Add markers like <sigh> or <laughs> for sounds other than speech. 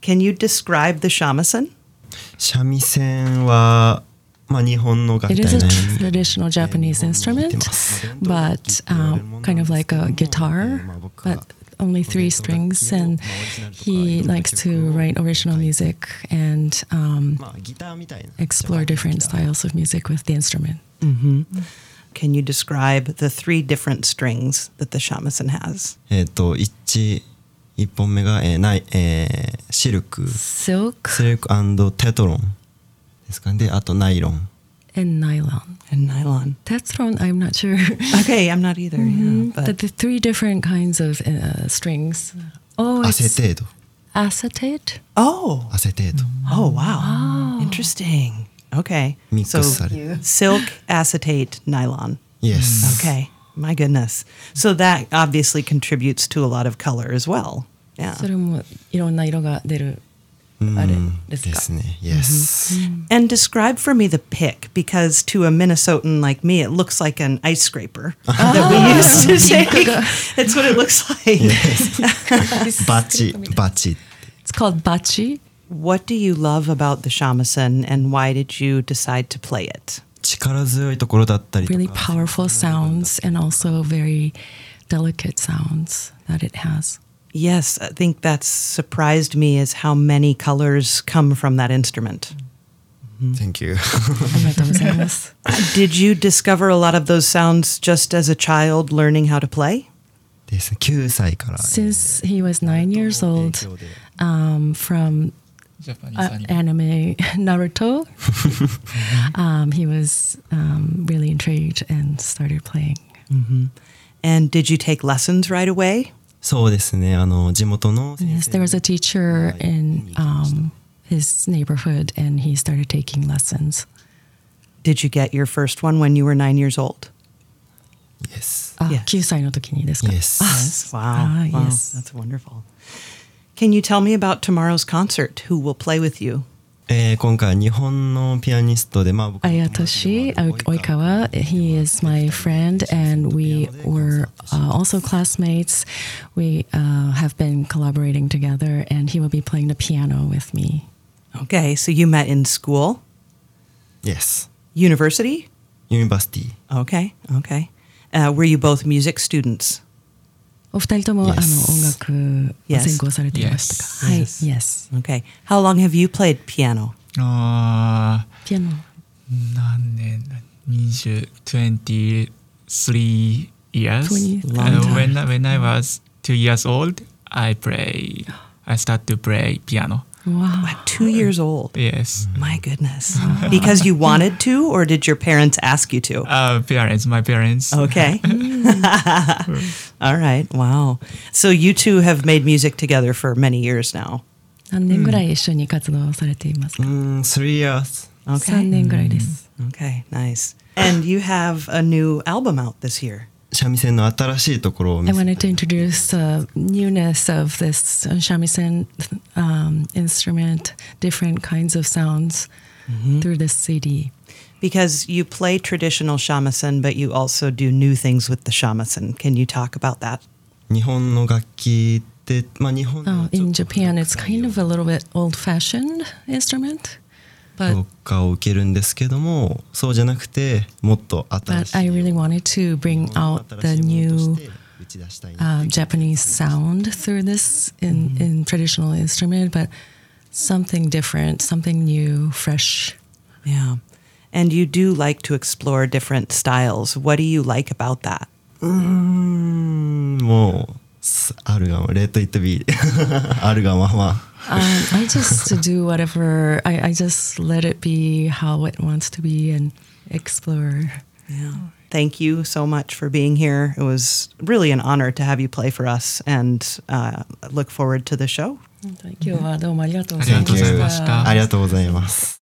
Can you describe the shamisen? 三味線は、まあ、日本の楽 It 器 is だね。a traditional Japanese instrument, but um, kind of like a guitar, but only three strings. And he likes to write original music and um, まあ、ギターみたいな。 explore different styles of music with the instrument. Can you describe the three different strings that the shamisen has? えっ、と、一、一本目が、えーない、えーシルク、 Silk シルクテトロンですかね。で、あとナイロン。 and nylon. And nylon. Tetron, I'm not sure. <laughs> Okay, I'm not either. Yeah, but but the three different kinds of uh, strings. Oh, アセ it's テード。 acetate. oh, アセテード。 oh, wow, interesting. Okay, Mix so salad. silk, acetate, nylon. Yes. Okay, my goodness. So that obviously contributes to a lot of color as well. Yeah. それもいろんな色が出るあれですでか。すね。Yes. And describe for me the pick because to a Minnesotan like me, it looks like an ice scraper that we used to take. That's what it looks like. バチ、バチ。 It's called bachi. What do you love about the shamisen and why did you decide to play it? 力強いところだったりとか。 Really powerful sounds and also very delicate sounds that it has. Yes, I think that's surprised me is how many colors come from that instrument. Thank you. ありがとうござ <laughs> います。 Did you discover a lot of those sounds just as a child learning how to play? ですね。9歳から。 Since he was nine years old, um, from ジャパニー uh, ズアニメ anime <laughs> Naruto, <laughs> um, he was um, really intrigued and started playing. And did you take lessons right away? そうですね。あの地元の先生 Yes, there was a teacher in um, his neighborhood, and he started taking lessons. Did you get your first one when you were nine years old? Yes. あ、 Yes. 9歳の時にですか。 Yes. あ Wow. Ah, wow. yes. That's wonderful. Can you tell me about tomorrow's concert? Who will play with you? えー今回は日本のピアニストでまあ僕の友達で Ayatoshi もある Oikawa. He is my friend, and we were uh, also classmates. We uh, have been collaborating together, and he will be playing the piano with me. Okay, so you met in school, Yes. university? ユニバーシティ。 Okay, okay. Uh, were you both music students? お二人と Yes. も、あの音楽を Yes. 専攻されていました Yes. か。はい、 Yes. Yes. Okay. How long have you played piano? あピアノ。ー何年だ20 23 years Twenty- And Long time. Uh, when, when I was two years old I play I start to play piano Wow. At two years old. yes My <laughs> goodness. Because you wanted to, or did your parents ask you <laughs> to? uh, parents my parents Okay. <laughs> All right. Wow. So you two have made music together for many years now. 何年ぐ Mm. らい一緒に活動されていますうか。ん、3 years。 Okay. 三年ぐらいです。 Okay, nice. And you have a new album out this year. 三味線の新しいところを見 I せ wanted to introduce uh, newness of this shamisen um, instrument, different kinds of sounds through this CD. Because you play traditional shamisen, but you also do new things with the shamisen. Can you talk about that? 日本の楽器って、まあ日本 Uh, の in Japan, it's kind of a little bit old-fashioned instrument, 評 but 価を受けるんですけども、そうじゃなくてもっと新 but し I い。 really wanted to bring 日本の out 新 the しいものと new して打ち出したいな uh, Japanese sound through this in, in traditional instrument, but something different, something new, fresh. Yeah. And you do like to explore different styles. What do you like about that? うんもうすアルガンはレートイットビー <laughs> アルガンは <laughs> まあ Um, I just do whatever. I, I just let it be how it wants to be and explore. Yeah. Thank you so much for being here. It was really an honor to have you play for us and uh, look forward to the show. 今日はどうもありがとうごあざいりがまとうございまししたた。ありがとうございます。